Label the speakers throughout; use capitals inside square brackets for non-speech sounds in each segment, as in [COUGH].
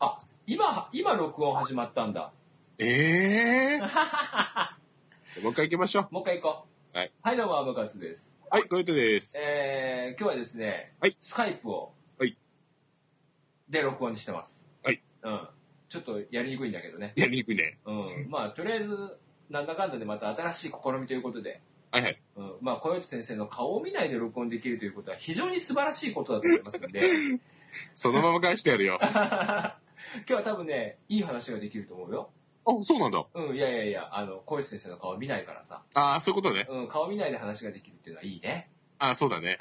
Speaker 1: あ、今、今録音始まったんだ。
Speaker 2: ええー、もう一回行きましょう。
Speaker 1: もう一回行こう。
Speaker 2: はい。
Speaker 1: はい、どうも、アムカツです。
Speaker 2: はい、これでです。
Speaker 1: えー、今日はですね、
Speaker 2: はい
Speaker 1: スカイプを、
Speaker 2: はい
Speaker 1: で録音してます。
Speaker 2: はい。
Speaker 1: うん。ちょっとやりにくいんだけどね。
Speaker 2: やりにくいね。
Speaker 1: うん。まあ、とりあえず、なんだかんだでまた新しい試みということで、
Speaker 2: はいはい。
Speaker 1: うん、まあ、小内先生の顔を見ないで録音できるということは非常に素晴らしいことだと思います
Speaker 2: [LAUGHS]
Speaker 1: ので、
Speaker 2: そのまま返してやるよ。あ、
Speaker 1: 今日は多分ね、いい話ができると思うよ。
Speaker 2: そうなんだ。
Speaker 1: うん、いやいやいや、あの、小内先生の顔見ないからさ、
Speaker 2: ああ、そういうことね。
Speaker 1: うん、顔見ないで話ができるっていうのはいいね。
Speaker 2: ああ、そうだね。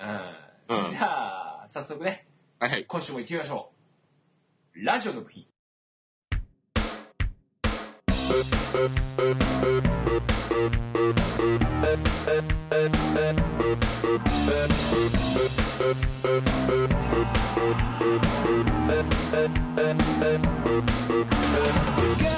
Speaker 1: うん。
Speaker 2: うん
Speaker 1: じゃあ、早速ね、
Speaker 2: はいはい。
Speaker 1: 今週も行ってみましょう。ラジオの部品。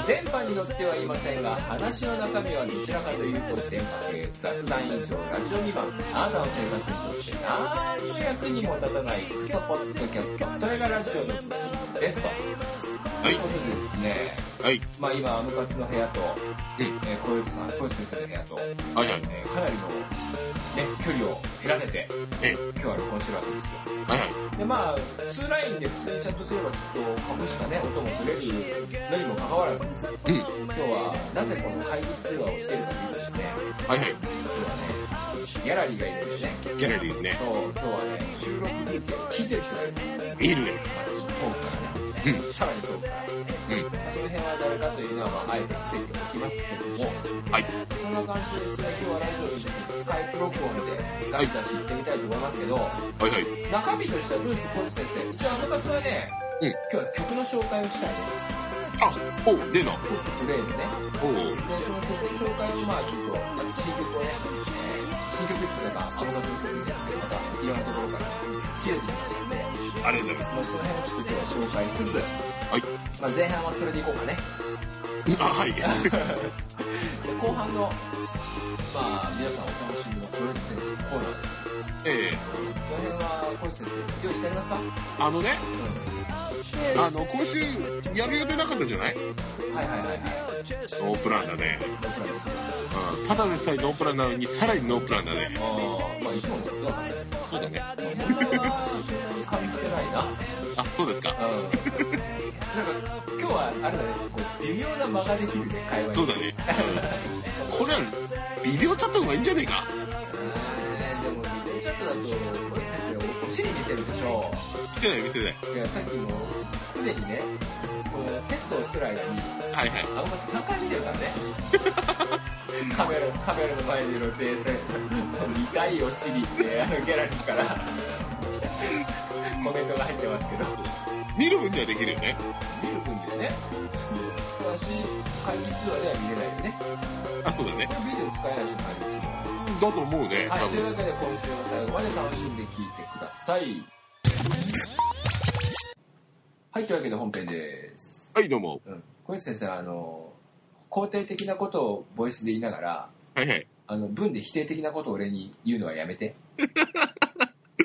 Speaker 1: 電波に乗ってはいませんが話の中身はどちらかというと電波系雑談印象ラジオ2番あなたの生活にとって何の役にも立たないクソポッドキャストそれがラジオの部品ですと
Speaker 2: い
Speaker 1: ということでですね
Speaker 2: はい。
Speaker 1: まあ今アムカツの部屋と、
Speaker 2: うん
Speaker 1: えー小雪さん小雪先生の部屋と、
Speaker 2: はいはい。
Speaker 1: えーかなりの、ね、距離を減らせて
Speaker 2: え、
Speaker 1: 今日は録音してるわけですよ
Speaker 2: はいはい。
Speaker 1: でまあ、ツーラインで普通にチャットすればきっと株しかね音も取れるのにもかかわらず
Speaker 2: うん。
Speaker 1: 今日はなぜこの会議通話をしているかというとして今
Speaker 2: はいはい。
Speaker 1: 日はねギャラリーがいるんですね
Speaker 2: ギャラリーね。
Speaker 1: そう今日はね収録風景を聞いてる人がいるんですよ
Speaker 2: いるね。
Speaker 1: 私の遠くからね、さらに遠くから、
Speaker 2: うん。
Speaker 1: まあ、その辺は誰かというのは、まあ、あえて奇跡を置きますけども
Speaker 2: はい。
Speaker 1: そんな感じでですね今日はラジオにスカイプ録音でガシガシ行ってみたいと思いますけど、
Speaker 2: はいはい。
Speaker 1: 中身としてはどうですコーチ先生一応あの活はね、
Speaker 2: うん
Speaker 1: 今日は曲の紹介をしたい
Speaker 2: あ、おう、例の。
Speaker 1: そうそうそう例のね
Speaker 2: お
Speaker 1: で
Speaker 2: う。
Speaker 1: その曲の紹介をまあちょっとあの新曲をね、えー新曲っていうかアボカドっていうんですけどまたいろんなところから仕入れてきましたんで、ま
Speaker 2: ありがとうござ
Speaker 1: あ、
Speaker 2: い
Speaker 1: その辺をちょっと今日は紹介しつつ、
Speaker 2: はい
Speaker 1: まあ、前半はそれでいこうかね
Speaker 2: ます。あ、はい。
Speaker 1: で後半のまあ皆さんお楽しみのコーチ先生のコーナーです
Speaker 2: え
Speaker 1: そ
Speaker 2: え
Speaker 1: の辺はコーチ先生用意してありますか、
Speaker 2: あのね、
Speaker 1: う
Speaker 2: あの、今週、やる予定なかったじゃない
Speaker 1: ん、はいはいはいはい
Speaker 2: ノープランだね。
Speaker 1: 僕らです
Speaker 2: うん。ただでさえノープランなのに、さらにノープランだね。
Speaker 1: ああ、まあいつものことだからね。
Speaker 2: そうだ
Speaker 1: [LAUGHS]
Speaker 2: ね。あ、
Speaker 1: そんな感じてないな。うん。
Speaker 2: そうですか。
Speaker 1: なんか今日はあれだね、こう微妙な間ができるね、会話に。
Speaker 2: そうだね。これは、ビデオチャットの方がいいんじゃねえか
Speaker 1: えーでも、ビデオチャットだと、これ先生、お尻見せるでしょ。
Speaker 2: 見せない見せな
Speaker 1: い
Speaker 2: い。
Speaker 1: や、さっきも、すでにね、このテストをしてる間に、
Speaker 2: はいは
Speaker 1: あ
Speaker 2: い。
Speaker 1: の、3回見てる
Speaker 2: [LAUGHS]
Speaker 1: からね。カメラ、カメラの前にいる冷静。痛いお尻って、あのギャラリーから、コメントが入ってますけど。
Speaker 2: 見る分にはできるよね。
Speaker 1: 見る分にはね私会議通話では見れないよね
Speaker 2: あ、そうだね
Speaker 1: こ。れビデオ使えないし会議通
Speaker 2: だと思うね。
Speaker 1: 話は
Speaker 2: 多
Speaker 1: いという
Speaker 2: 分
Speaker 1: わけで今週も最後まで楽しんで聞いてくださいはいというわけで本編です、
Speaker 2: はい、どうも。
Speaker 1: うん、小石先生あの肯定的なことをボイスで言いながら
Speaker 2: はいはい。
Speaker 1: あの文で否定的なことを俺に言うのはやめて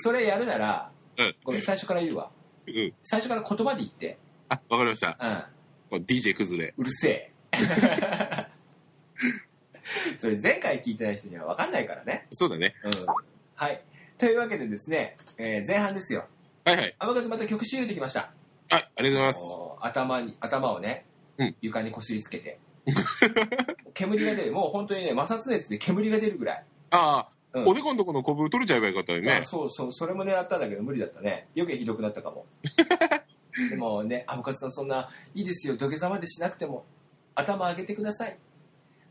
Speaker 1: それやるなら、
Speaker 2: うん
Speaker 1: ごめん最初から言うわ
Speaker 2: うん。
Speaker 1: 最初から言葉で言って、
Speaker 2: あ、わかりました。
Speaker 1: うん、
Speaker 2: もう DJ 崩れ。
Speaker 1: うるせえ。 [LAUGHS] それ前回聞いてない人には分かんないからね。
Speaker 2: そうだね。
Speaker 1: うん。はい。というわけでですね、えー前半ですよ。
Speaker 2: はいはい。
Speaker 1: 天数また曲仕入れてきました。
Speaker 2: はい、ありがとうございます。
Speaker 1: こう頭に、頭をね、
Speaker 2: うん
Speaker 1: 床にこすりつけて。 [LAUGHS] 煙が出る。もう本当にね、摩擦熱で煙が出るぐらい。
Speaker 2: ああ、
Speaker 1: うん
Speaker 2: おでこのとこのコブ取れちゃえばよかったよ
Speaker 1: あ
Speaker 2: ね。
Speaker 1: そうそう、それも狙ったんだけど無理だったね。余計ひどくなったか
Speaker 2: [LAUGHS]
Speaker 1: も。でもね、アボカツさんそんな、いいですよ、土下座までしなくても、頭上げてください。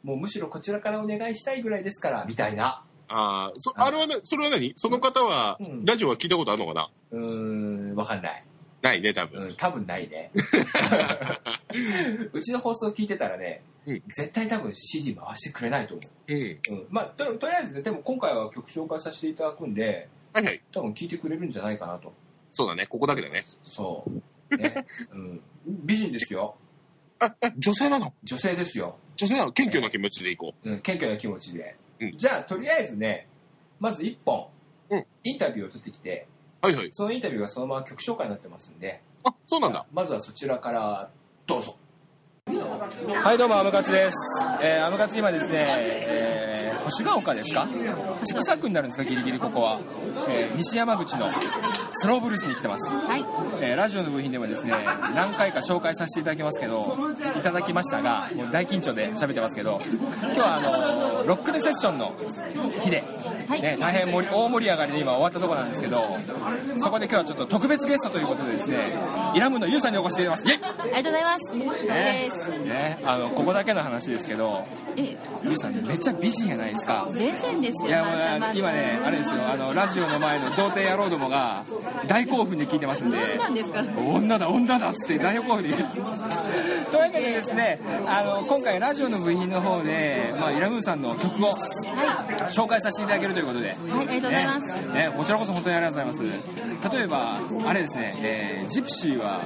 Speaker 1: もうむしろこちらからお願いしたいぐらいですから、みたいな。
Speaker 2: ああ、そ、
Speaker 1: あ
Speaker 2: あれはな、それは何その方は
Speaker 1: う、ん
Speaker 2: ラジオは聞いたことあるのかな
Speaker 1: うーん、わかんない。
Speaker 2: ないね、多
Speaker 1: う
Speaker 2: 分
Speaker 1: ん、。多分ない
Speaker 2: [LAUGHS]
Speaker 1: ね。うちの放送聞いてたらね、
Speaker 2: うん
Speaker 1: 絶対多分 CD 回してくれないと思
Speaker 2: うん。
Speaker 1: う。うん、まあと、とりあえずね、でも今回は曲紹介させていただくんで、
Speaker 2: はいはい。
Speaker 1: 多分聞いてくれるんじゃないかなと。
Speaker 2: そうだね、ここだけだね。
Speaker 1: そう。
Speaker 2: [LAUGHS]
Speaker 1: ね。うん。美人ですよ。
Speaker 2: あ、あ女性なの
Speaker 1: 女性ですよ。
Speaker 2: 女性なの謙虚な気持ちでいこ
Speaker 1: うん、謙虚な気持ちで、
Speaker 2: うん
Speaker 1: じゃあとりあえずねまず1本、
Speaker 2: うん
Speaker 1: インタビューを取ってきて
Speaker 2: う。はいはい。
Speaker 3: そのインタビューがそのまま曲紹介になってますんで、
Speaker 2: あ、そうなんだ。
Speaker 3: まずはそちらからどうぞ。
Speaker 1: はいどうもアムカツです、えーアムカツ今ですね、えー星ヶ丘ですか千種区になるんですかギリギリここは、えー西山口のスローブルースに来てます、
Speaker 4: はい、
Speaker 1: えーラジオの部品でもですね何回か紹介させていただきますけどいただきましたがもう大緊張で喋ってますけど今日はあのロックでセッションの日で、
Speaker 4: はい
Speaker 1: ね、大変盛り大盛り上がりで今終わったところなんですけどそこで今日はちょっと特別ゲストということでですねイラムのユウさんにお越しいただきま
Speaker 4: ありがとうございます。
Speaker 1: すイ
Speaker 4: で
Speaker 1: エ
Speaker 4: す
Speaker 1: イ。ねねあのここだけの話ですけど
Speaker 4: え、
Speaker 1: ゆうさんめっちゃ美人じゃないですか
Speaker 4: 全然ですよ。
Speaker 1: いやもう
Speaker 4: またまた
Speaker 1: 今ねあれですよあのラジオの前の童貞野郎どもが大興奮で聞いてますんで
Speaker 4: 何なんですか。
Speaker 1: 女だ女だっつって大興奮で言うというわけでですねあの今回ラジオの部品の方で、まあ、イラムーさんの曲を
Speaker 4: はい、
Speaker 1: 紹介させていただけるということで、
Speaker 4: はい、ありがとうございます。
Speaker 1: ねねこちらこそ本当にありがとうございます例えばあれですね、えージプシーは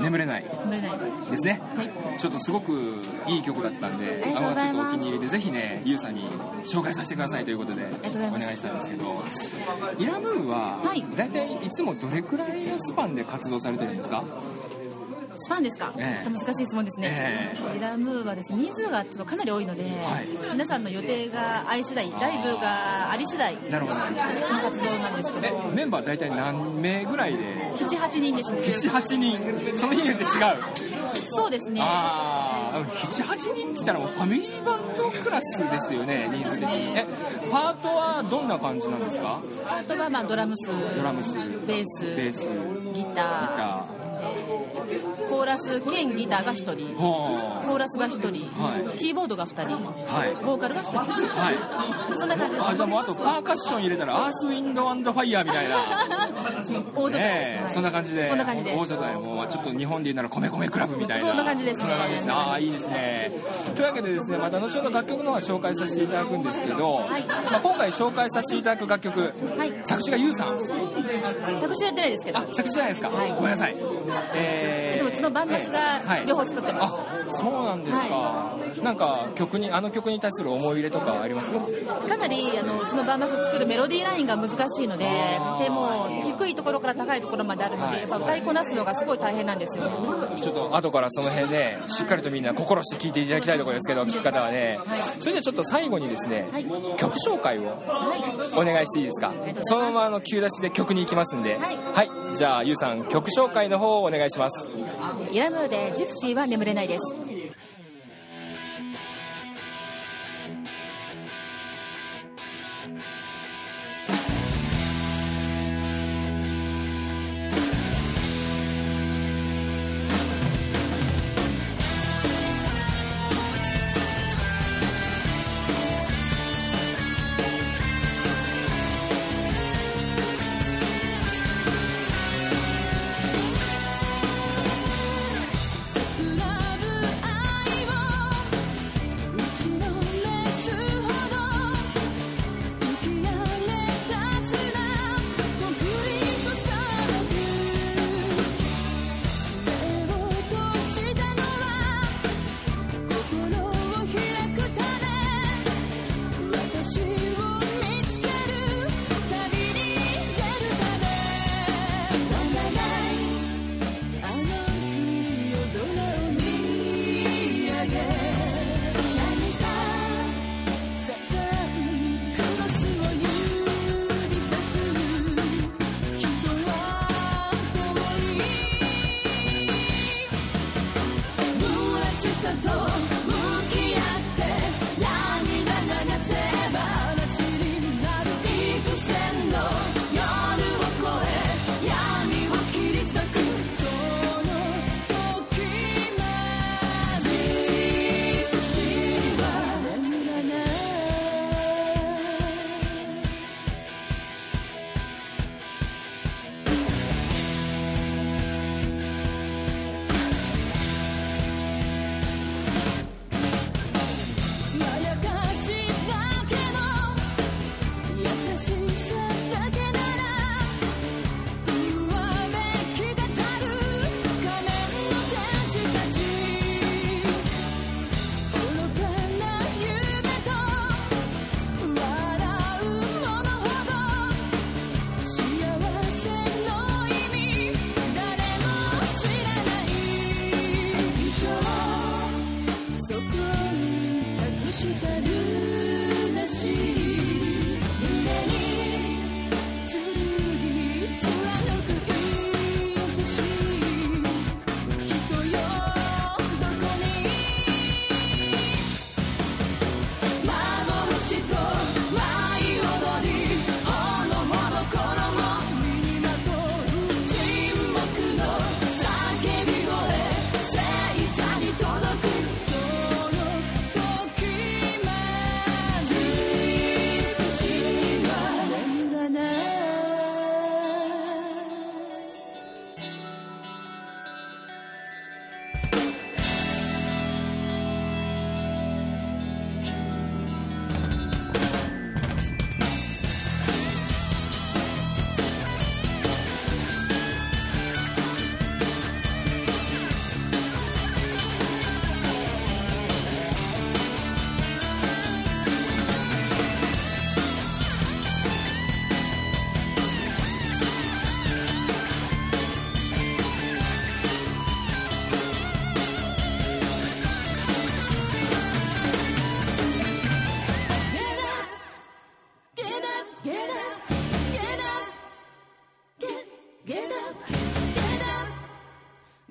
Speaker 1: 眠れない」
Speaker 4: 止めない。
Speaker 1: ですね、
Speaker 4: はい
Speaker 1: ちょっとすごくいい曲だったんで
Speaker 4: ありがとうござい
Speaker 1: ちょっと
Speaker 4: ます
Speaker 1: お気に入りでぜひねゆうさんに紹介させてくださいということで
Speaker 4: がとうござい
Speaker 1: お
Speaker 4: ます
Speaker 1: 願いしたんですけどイラムーは、
Speaker 4: はい
Speaker 1: 大体いつもどれくらいのスパンで活動されてるんですか
Speaker 4: スパンですか。
Speaker 1: ええ
Speaker 4: 難しい質問ですね。イラムーはですね、人数がちょっとかなり多いので、
Speaker 1: い
Speaker 4: 皆さんの予定が合い次第、ライブがあり次第の
Speaker 1: なるほど
Speaker 4: 活動なんですけど、
Speaker 1: えメンバー大体何名ぐらいで
Speaker 4: 七八人ですね。
Speaker 1: 78人その日によって違う
Speaker 4: そうですね。
Speaker 1: ああ78人って言ったらもうファミリーバンドクラスですよね人数的にえパートはどんな感じなんですか
Speaker 4: あとはまあドラムス、
Speaker 1: ドラムス
Speaker 4: ベース、
Speaker 1: ベースギ
Speaker 4: ギタ
Speaker 1: タ
Speaker 4: ー、コーラス兼ギターが一人
Speaker 1: ー。は
Speaker 4: コーラスが一人、
Speaker 1: はい
Speaker 4: キーボードが二
Speaker 1: い
Speaker 4: 人、ボーカルが一人、
Speaker 1: あはい
Speaker 4: そんな感じです
Speaker 1: あじゃあもうあとパーカッション入れたらアースウィンドアンドファイヤーみた
Speaker 4: [LAUGHS]
Speaker 1: いな
Speaker 4: 大所帯です、
Speaker 1: ね
Speaker 4: は
Speaker 1: え
Speaker 4: い
Speaker 1: そんな感じで
Speaker 4: そんな感じで
Speaker 1: 大所帯もうちょっと日本で言うなら米米クラブみたいな
Speaker 4: そんな感じですね
Speaker 1: そんな感じですねああいいですねというわけでですねまた後ほど楽曲の方は紹介させていただくんですけど、
Speaker 4: い
Speaker 1: まあ、今回紹介させていただく楽曲、
Speaker 4: はい
Speaker 1: 作詞がユウさん
Speaker 4: 作詞はやってないですけど
Speaker 1: あ作詞じゃないですか、
Speaker 4: はい
Speaker 1: ごめんなさいえ
Speaker 4: でもうちのバンマスが
Speaker 1: はい
Speaker 4: 両方作ってます
Speaker 1: あそうなんですか、なんか曲にあの曲に対する思い入れとかはありますか
Speaker 4: かなりあのうちのバンマス作るメロディーラインが難しいのででも低いところから高いところまであるの
Speaker 1: はい
Speaker 4: でやっぱ歌いこなすのがすごい大変なんですよ
Speaker 1: ちょっと後からその辺ねしっかりとみんな心して聞いていただきたいところですけど聞き方はねそれではちょっと最後にですね、
Speaker 4: はい
Speaker 1: 曲紹介を
Speaker 4: はい
Speaker 1: お願いしていいですか
Speaker 4: りがとうございます
Speaker 1: そのままあの急出しで曲に行きますんでは
Speaker 4: はい
Speaker 1: いじゃあゆうさん曲紹介の方をお願いします
Speaker 4: イラムーでジプシーは眠れないです
Speaker 5: 「揺れる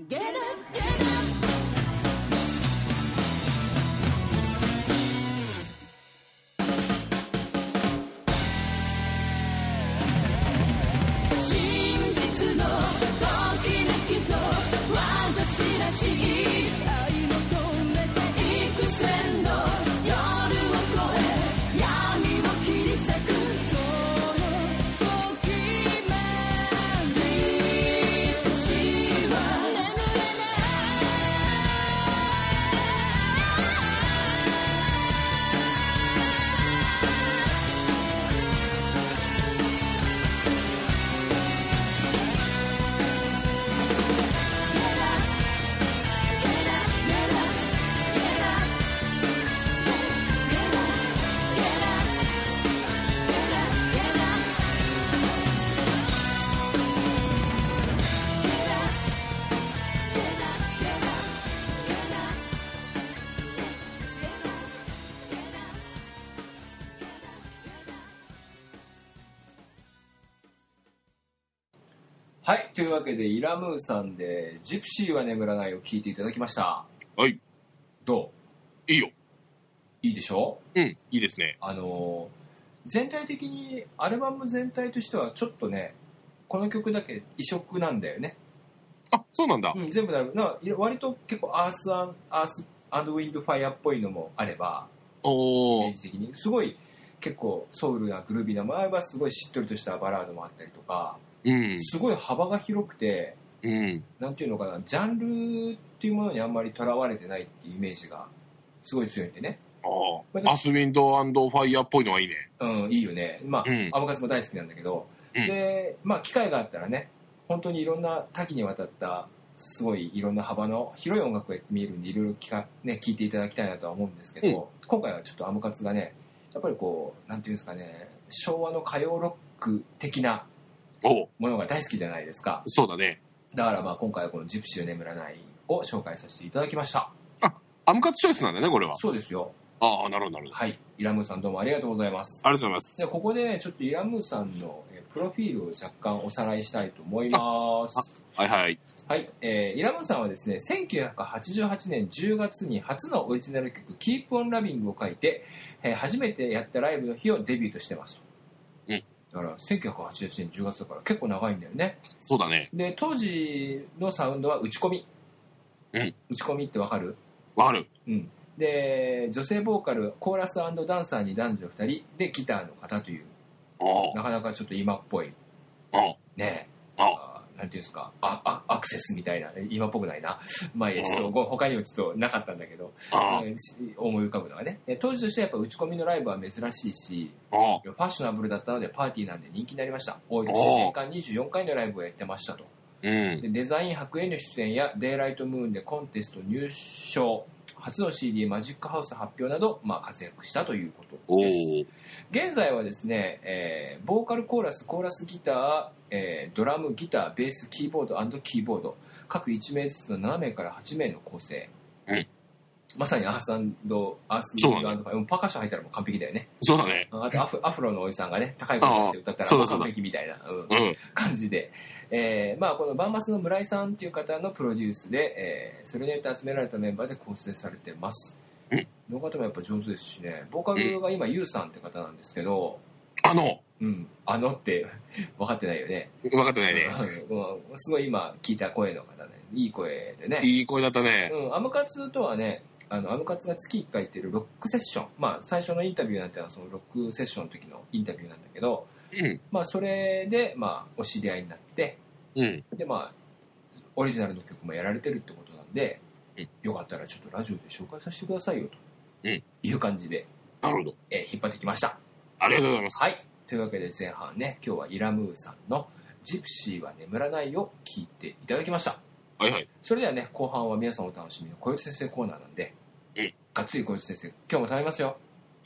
Speaker 4: Get up, get up. 真実のときめきと私らしい愛求めて幾千の夜を越え闇を切り裂くそのときめき死は眠れない
Speaker 1: はい、というわけで、イラムーさんで、ジプシーは眠らないを聞いていただきました。
Speaker 2: はい。
Speaker 1: ど
Speaker 2: いいよ。
Speaker 1: ういいでしょう
Speaker 2: うん。いいですね。
Speaker 1: あのー全体的に、アルバム全体としては、ちょっとね、この曲だけ異色なんだよね。
Speaker 2: あ、そうなんだ。
Speaker 1: うん、全部なる。な割と結構アースアン、アースアンドウィンドファイアっぽいのもあれば、イメ
Speaker 2: お
Speaker 1: ー
Speaker 2: ー。
Speaker 1: ジ的に。すごい、結構ソウルなグルービーなもあれば、すごいしっとりとしたバラードもあったりとか、
Speaker 2: うん。
Speaker 1: すごい幅が広くて、
Speaker 2: うん。
Speaker 1: なんていうのかな、ジャンルっていうものにあんまりとらわれてないっていうイメージがすごい強いんでね。
Speaker 2: あー。アスウィンドファイヤーっぽいのはいいね。
Speaker 1: うん、いいよね。まあ、
Speaker 2: うん
Speaker 1: アボカツも大好きなんだけど、
Speaker 2: うん
Speaker 1: で、まあ、機会があったらね、本当にいろんな多岐にわたった、すごいいろんな幅の広い音楽が見えるんで、いろいろ聞か、ね、聞いていただきたいなとは思うんですけど、
Speaker 2: うん
Speaker 1: 今回はちょっとアムカツがね、やっぱりこう、なんていうんですかね、昭和の歌謡ロック的な
Speaker 2: おー。
Speaker 1: ものが大好きじゃないですか。
Speaker 2: そうだね。
Speaker 1: だからまあ今回はこのジプシーを眠らないを紹介させていただきました。
Speaker 2: アムカツチョイスなんだね、これは。
Speaker 1: そうですよ。
Speaker 2: ああ、なるほど、なるほど。
Speaker 1: はい、イラムーさんどうもありがとうございます。
Speaker 2: ありがとうございます
Speaker 1: で。ここでね、ちょっとイラムーさんのえープロフィールを若干おさらいしたいと思います。
Speaker 2: はいはい。
Speaker 1: はい、えーイラムーさんはですね、1988年10月に初のオリジナル曲、Keep on Loving を書いて、えー初めてやったライブの日をデビューとしてます。
Speaker 2: うん
Speaker 1: だから、1988年10月だから結構長いんだよね。
Speaker 2: そうだね。
Speaker 1: で、当時のサウンドは打ち込み。
Speaker 2: うん
Speaker 1: 打ち込みってわかる
Speaker 2: わかる。
Speaker 1: うん、で女性ボーカルコーラスダンサーに男女2人でギターの方という
Speaker 2: おー
Speaker 1: なかなかちょっと今っぽい
Speaker 2: おー
Speaker 1: ね
Speaker 2: あ
Speaker 1: あーなんていうんですかああアクセスみたいな今っぽくないな [LAUGHS] まあいいやちょっとご他にもちょっとなかったんだけど、
Speaker 2: あー
Speaker 1: えー思い浮かぶのはねえ当時としてやっぱ打ち込みのライブは珍しいし
Speaker 2: あ
Speaker 1: ファッショナブルだったのでパーティーなんで人気になりました多いですし年間24回のライブをやってましたと
Speaker 2: ー。
Speaker 1: でデザイン博への出演や「デイライトムーン」でコンテスト入賞初の CD「マジックハウス」発表など、まあ、活躍したというこ
Speaker 2: うん。お
Speaker 1: とです
Speaker 2: ー。
Speaker 1: 現在はですね、えーボーカルコーラスコーラスギター、えードラムギターベースキーボードキーボード各1名ずつの7名から8名の構成、
Speaker 2: うん
Speaker 1: まさにアースアンドアース
Speaker 2: そうだ
Speaker 1: うんパーカッション入ったらもう完璧だよね
Speaker 2: そうだね。
Speaker 1: あとアフアフロのおじさんがね高い声出して歌った
Speaker 2: あーそう
Speaker 1: ら
Speaker 2: だそう
Speaker 1: 完
Speaker 2: だ
Speaker 1: 璧みたいな、うん
Speaker 2: うん。
Speaker 1: 感じで、えーまあ、このバンマスの村井さんという方のプロデュースで、えーそれによって集められたメンバーで構成されてます
Speaker 2: うん
Speaker 1: の方もやっぱ上手ですしねボーカルが今ユウさんって方なんですけど、
Speaker 2: あの、
Speaker 1: うん、あのって分かってないよね
Speaker 2: 分かってないね。
Speaker 1: うんすごい今聞いた声の方ねいい声でね
Speaker 2: いい声だったね。
Speaker 1: うん、アムカツとはねあのアムカツが月1回行ってるロックセッション、まあ、最初のインタビューなんてのはそのロックセッションの時のインタビューなんだけど、
Speaker 2: うん。
Speaker 1: まあ、それで、まあ、お知り合いになって
Speaker 2: うん。
Speaker 1: でまあオリジナルの曲もやられてるってことなんで、
Speaker 2: うん
Speaker 1: よかったらちょっとラジオで紹介させてくださいよと、
Speaker 2: うん
Speaker 1: いう感じで、
Speaker 2: なるほど。
Speaker 1: えー引っ張ってきました
Speaker 2: ありがとうございます。
Speaker 1: はいというわけで前半ね今日はイラムーさんの「ジプシーは眠らない」を聞いていただきました
Speaker 2: はいはい。
Speaker 1: それではね後半は皆さんお楽しみの小雪先生コーナーなんで、
Speaker 2: うん
Speaker 1: がっつり小雪先生今日も頼みますよ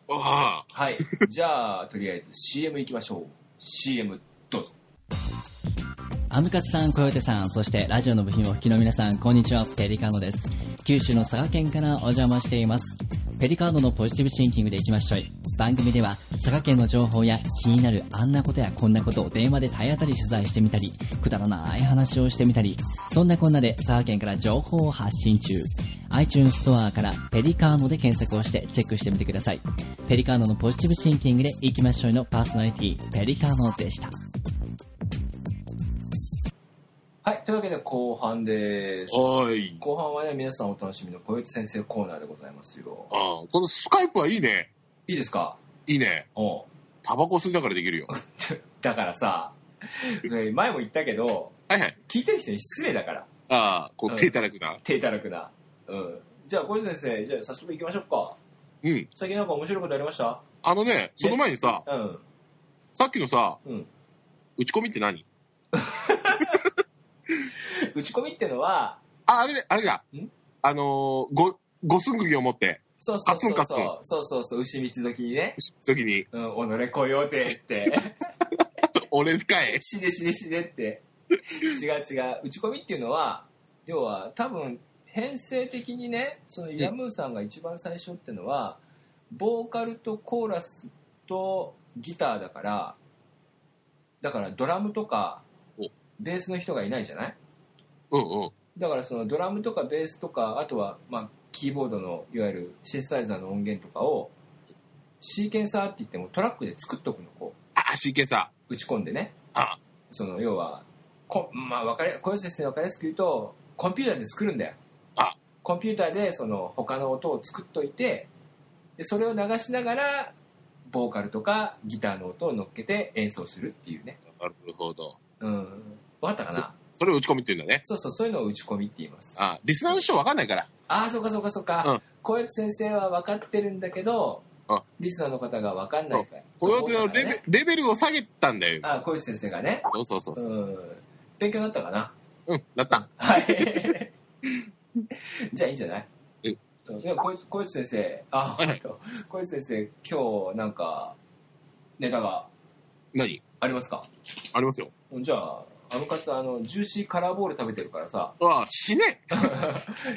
Speaker 2: あ
Speaker 1: はいじゃあとりあえず CM いきましょう CM どうぞ
Speaker 6: アムカツさん、コヨテさん、そしてラジオの部品をお聞きの皆さん、こんにちは、ペリカーノです。九州の佐賀県からお邪魔しています。ペリカーノのポジティブシンキングでいきましょい。番組では佐賀県の情報や気になるあんなことやこんなことを電話で体当たり取材してみたりくだらない話をしてみたりそんなこんなで佐賀県から情報を発信中 iTunes ストアからペリカーノで検索をしてチェックしてみてくださいペリカーノのポジティブシンキングでいきましょうのパーソナリティペリカーノでした
Speaker 1: はい、というわけで後半です。
Speaker 2: はい。
Speaker 1: 後半はね、皆さんお楽しみの小雪先生コーナーでございますよ。
Speaker 2: ああ、このスカイプはいいね。
Speaker 1: いいですか
Speaker 2: いいね。
Speaker 1: おう
Speaker 2: タバコ吸いながらできるよ。
Speaker 1: だからさ、それ前も言ったけど、
Speaker 2: はいはい。
Speaker 1: 聞いてる人に失礼だから、
Speaker 2: ああ、こう手いただくな。
Speaker 1: 手たらくな。うん。じゃあ小雪先生、じゃあ早速行きましょうか。
Speaker 2: うん。
Speaker 1: 最近なんか面白いことありました
Speaker 2: あのね、その前にさ、
Speaker 1: うん。
Speaker 2: さっきのさ、
Speaker 1: うん
Speaker 2: 打ち込みって何
Speaker 1: 打ち込みってのは、
Speaker 2: あ、あれね、あれだ
Speaker 1: ん。
Speaker 2: あのー、ご、ごすんぐぎを持って、
Speaker 1: そうそうそう
Speaker 2: カツン
Speaker 1: そ
Speaker 2: カ
Speaker 1: う、そうそうそう、牛三つ時にね、
Speaker 2: 時に、 [LAUGHS]
Speaker 1: うん、己来ようてって、 [LAUGHS]
Speaker 2: 俺かい。
Speaker 1: 死ね死ね死ねって。違う違う。打ち込みっていうのは、要は多分、編成的にね、そのイラムーさんが一番最初ってのは、ボーカルとコーラスとギターだから、だからドラムとか
Speaker 2: お、
Speaker 1: ベースの人がいないじゃない
Speaker 2: うんうん。
Speaker 1: だからそのドラムとかベースとかあとはまあキーボードのいわゆるシンセサイザーの音源とかをシーケンサーって言ってもトラックで作っとくのこ
Speaker 2: あ、足いけさ。
Speaker 1: う打ち込んでね
Speaker 2: あ
Speaker 1: その要はこまあわかり小吉先生に分かりやすく言うとコンピューターで作るんだよ
Speaker 2: あ
Speaker 1: コンピューターでその他の音を作っといてでそれを流しながらボーカルとかギターの音を乗っけて演奏するっていうね
Speaker 2: なるほど。
Speaker 1: うん分かったかな
Speaker 2: それを打ち込みって言うんだね。
Speaker 1: そうそうそういうのを打ち込みって言います
Speaker 2: あリスナーの人わかんないから。
Speaker 1: ああそうかそうかそう
Speaker 2: う
Speaker 1: か
Speaker 2: ん
Speaker 1: 小雪先生は分かってるんだけど
Speaker 2: うん
Speaker 1: リスナーの方が分かんないから
Speaker 2: こののレベ,、
Speaker 1: ね
Speaker 2: レベルを下げたんだよ。
Speaker 1: ああ小雪先生がね
Speaker 2: そうそうそう
Speaker 1: う
Speaker 2: そう。
Speaker 1: ん勉強になったかな
Speaker 2: うん、なった。
Speaker 1: はいじゃあいいんじゃない
Speaker 2: うん
Speaker 1: いや小雪小雪先生あ
Speaker 2: はいは
Speaker 1: 本
Speaker 2: い
Speaker 1: 当小雪先生今日なんかネタが
Speaker 2: 何
Speaker 1: ありますか
Speaker 2: ありますよ。
Speaker 1: じゃああのかつあのジューシーカラーボール食べてるからさ
Speaker 2: ああ、死ね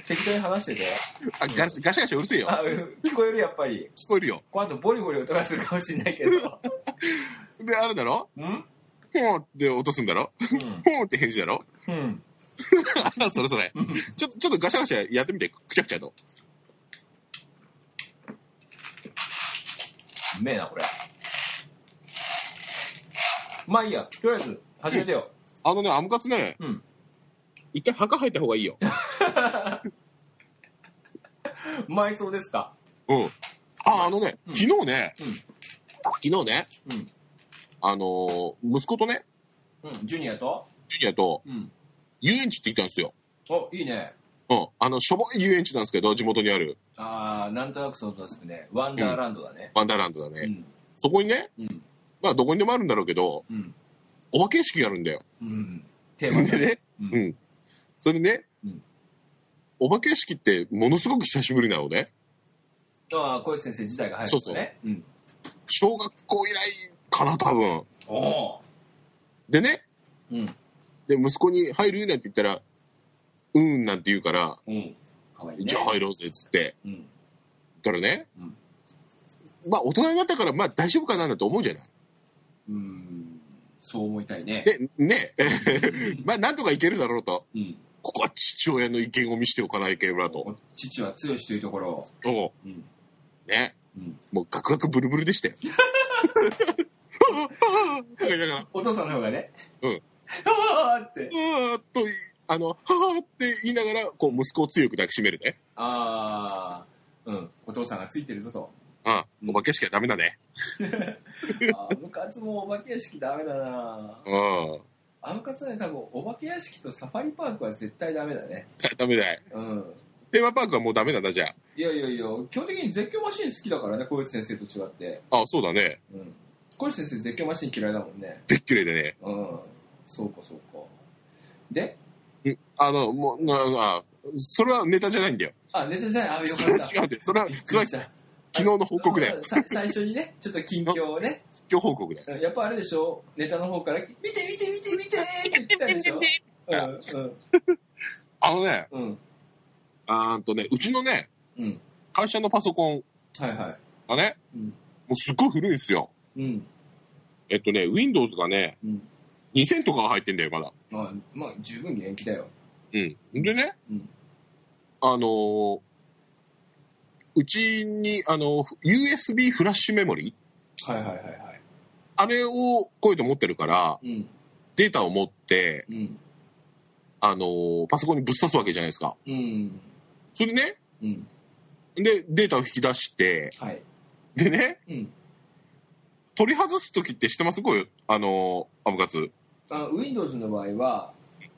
Speaker 1: 適当に話してて
Speaker 2: あガシガシガシうるせえよ。
Speaker 1: あうん聞こえるやっぱり
Speaker 2: 聞こえるよ。
Speaker 1: この後ボリボリ音がするかもしれないけど
Speaker 2: [LAUGHS] で、あるだろ
Speaker 1: うん
Speaker 2: ふーんって落とすんだろふーんって返事だろ [LAUGHS]
Speaker 1: うん。
Speaker 2: あそれそれ。ちょっと、ちょっとガシャガシャやってみて。くちゃくちゃと。
Speaker 1: うめえな、これ。まあいいや、とりあえず、始めてよ。
Speaker 2: あのね、アムカツね、
Speaker 1: うん。
Speaker 2: 一回墓入った方がいいよ。
Speaker 1: 埋葬ですか
Speaker 2: うん。あ、あのね、
Speaker 1: うん
Speaker 2: 昨日ね、
Speaker 1: うん
Speaker 2: 昨日ね、
Speaker 1: うん
Speaker 2: あのー息子とね、
Speaker 1: うん、ジュニアと
Speaker 2: ジュニアと
Speaker 1: うん。
Speaker 2: 遊園地って行ったんですよ。
Speaker 1: お、いいね。
Speaker 2: うん。あの、しょぼい遊園地なんですけど、地元にある
Speaker 1: あー、なんとなく想像つくね。ワンダーランドだね。
Speaker 2: ワンダーランドだ
Speaker 1: う
Speaker 2: ね。
Speaker 1: ん。
Speaker 2: そこにね、
Speaker 1: うん。
Speaker 2: まあ、どこにでもあるんだろうけど、
Speaker 1: うん。
Speaker 2: お化け屋敷があるんだよ。
Speaker 1: うん。テーマ
Speaker 2: でね、
Speaker 1: う
Speaker 2: うんん、それでね、
Speaker 1: うん
Speaker 2: お化け屋敷ってものすごく久しぶりなのね。
Speaker 1: あー、小石先生自体が入るからね。うん。
Speaker 2: 小学校以来かな、多分。
Speaker 1: おー。
Speaker 2: でね、
Speaker 1: うん。
Speaker 2: で、息子に入るなんて言ったら、うーんなんて言うから、
Speaker 1: うん。かわいいね。
Speaker 2: じゃあ入ろうぜっつって。
Speaker 1: うん。
Speaker 2: だからね、
Speaker 1: うん
Speaker 2: まあ大人になったから、まあ大丈夫かななんて思うじゃない。
Speaker 1: うん。そう思いたいね。
Speaker 2: で、ね、まあなんとかいけるだろうと。
Speaker 1: うん。
Speaker 2: ここは父親の意見を見せておかないければと。
Speaker 1: お父は強しというところを。
Speaker 2: お
Speaker 1: う
Speaker 2: う
Speaker 1: ん。
Speaker 2: ね。
Speaker 1: うん。
Speaker 2: もうガクガクブルブル
Speaker 1: [LAUGHS]
Speaker 2: でしたよ。だから、
Speaker 1: お父さんの方がね。 [LAUGHS]
Speaker 2: うん。
Speaker 1: あーって。
Speaker 2: うわーっと、あの、ははーって言いながら、こう、息子を強く抱きしめるね。
Speaker 1: ああ、うん、お父さんがついてるぞと。
Speaker 2: うん。お化けしかダメだね。
Speaker 1: あー部活もお化け屋敷ダメだな
Speaker 2: うん。
Speaker 1: あの活はね、多分お化け屋敷とサファリパークは絶対ダメだね。
Speaker 2: ダメだ。
Speaker 1: うん。
Speaker 2: テーマパークはもうダメなんだ、じゃ
Speaker 1: いやいやいや、基本的に絶叫マシン好きだからね、小内先生と違って。
Speaker 2: あ。あ、そうだね。
Speaker 1: うん。小内先生絶叫マシン嫌いだもんね。
Speaker 2: 絶綺麗でね。
Speaker 1: うん。そうかそうか。で
Speaker 2: うんあの、もう、なあ、それはネタじゃないんだよ。
Speaker 1: あ、ネタじゃない。あ、よ
Speaker 2: それ
Speaker 1: か
Speaker 2: は
Speaker 1: った。
Speaker 2: 違うんだよ。それは、
Speaker 1: びっ
Speaker 2: それ
Speaker 1: く
Speaker 2: は
Speaker 1: りした。
Speaker 2: 昨日の報告だよ
Speaker 1: うん。さ最初にね、ちょっと近況をね。
Speaker 2: 今日報告だよ。
Speaker 1: うんやっぱあれでしょネタの方から、見て見て見て見てって言ってたでし
Speaker 2: [LAUGHS]
Speaker 1: ょうん
Speaker 2: あのね、
Speaker 1: うんうん
Speaker 2: あーんとね、うちのね、
Speaker 1: うん。
Speaker 2: 会社のパソコン
Speaker 1: はいはい。
Speaker 2: がね、
Speaker 1: うん
Speaker 2: うすっごい古いんですよ。
Speaker 1: うん。
Speaker 2: えっとね、Windows がね、
Speaker 1: うん
Speaker 2: 2000とかが入ってんだよ、まだ。
Speaker 1: まあ、まあ、十分元気だよ。
Speaker 2: うん。でね、
Speaker 1: うん
Speaker 2: あのーうちに、あの、USB フラッシュメモリー
Speaker 1: はいはいはいはい。
Speaker 2: あれをこういうの持ってるから、
Speaker 1: うん。
Speaker 2: データを持って、
Speaker 1: うん。
Speaker 2: あのーパソコンにぶっ刺すわけじゃないですか。
Speaker 1: うん。
Speaker 2: それでね、
Speaker 1: うん。
Speaker 2: で、データを引き出して、
Speaker 1: はい。
Speaker 2: でね、
Speaker 1: うん。
Speaker 2: 取り外すときって知ってますこういう、あのーアムカツ。
Speaker 1: あの Windows の場合は、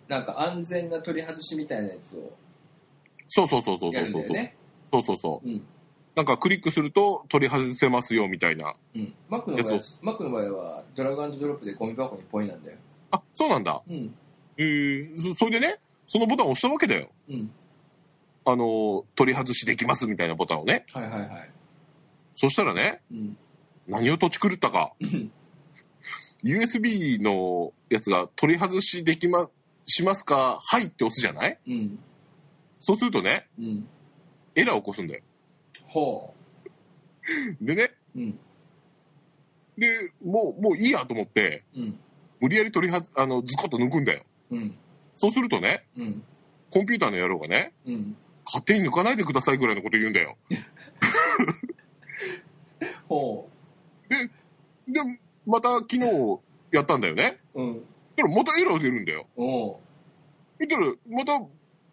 Speaker 1: なんか安全な取り外しみたいなやつを
Speaker 2: そうそうそうそう
Speaker 1: や
Speaker 2: そ
Speaker 1: る
Speaker 2: う
Speaker 1: んだ
Speaker 2: そう
Speaker 1: よ
Speaker 2: そう。
Speaker 1: ね。
Speaker 2: そうそうそう。
Speaker 1: うん。
Speaker 2: なんかクリックすると取り外せますよ、みたいな。
Speaker 1: うん。Mac の場合
Speaker 2: や
Speaker 1: は、Mac の場合は、ドラッグドロップでゴミ箱にポイなんだよ。
Speaker 2: あ、そうなんだ。
Speaker 1: うん。
Speaker 2: えー、そそれでね、そのボタンを押したわけだよ。
Speaker 1: うん。
Speaker 2: あのー取り外しできますみたいなボタンをね。
Speaker 1: はいはいはい。
Speaker 2: そしたらね、
Speaker 1: うん。
Speaker 2: 何を土地狂ったか。USB のやつが取り外しできま、しますかはいって押すじゃない
Speaker 1: うん。
Speaker 2: そうするとね、
Speaker 1: うん。
Speaker 2: エラーを起こすんだよ。
Speaker 1: ほ
Speaker 2: でね、
Speaker 1: う。うん。
Speaker 2: で、もう、もういいやと思って、
Speaker 1: うん。
Speaker 2: 無理やり取り外、あの、ズコッと抜くんだよ。
Speaker 1: うん。
Speaker 2: そうするとね、
Speaker 1: うん。
Speaker 2: コンピューターの野郎がね、
Speaker 1: うん。
Speaker 2: 勝手に抜かないでくださいぐらいのこと言うんだよ。
Speaker 1: ほ
Speaker 2: で、また昨日やったんだよね。
Speaker 1: う。うん。
Speaker 2: だからまたエラー出るんだよ。
Speaker 1: おう。
Speaker 2: 見たら、また、も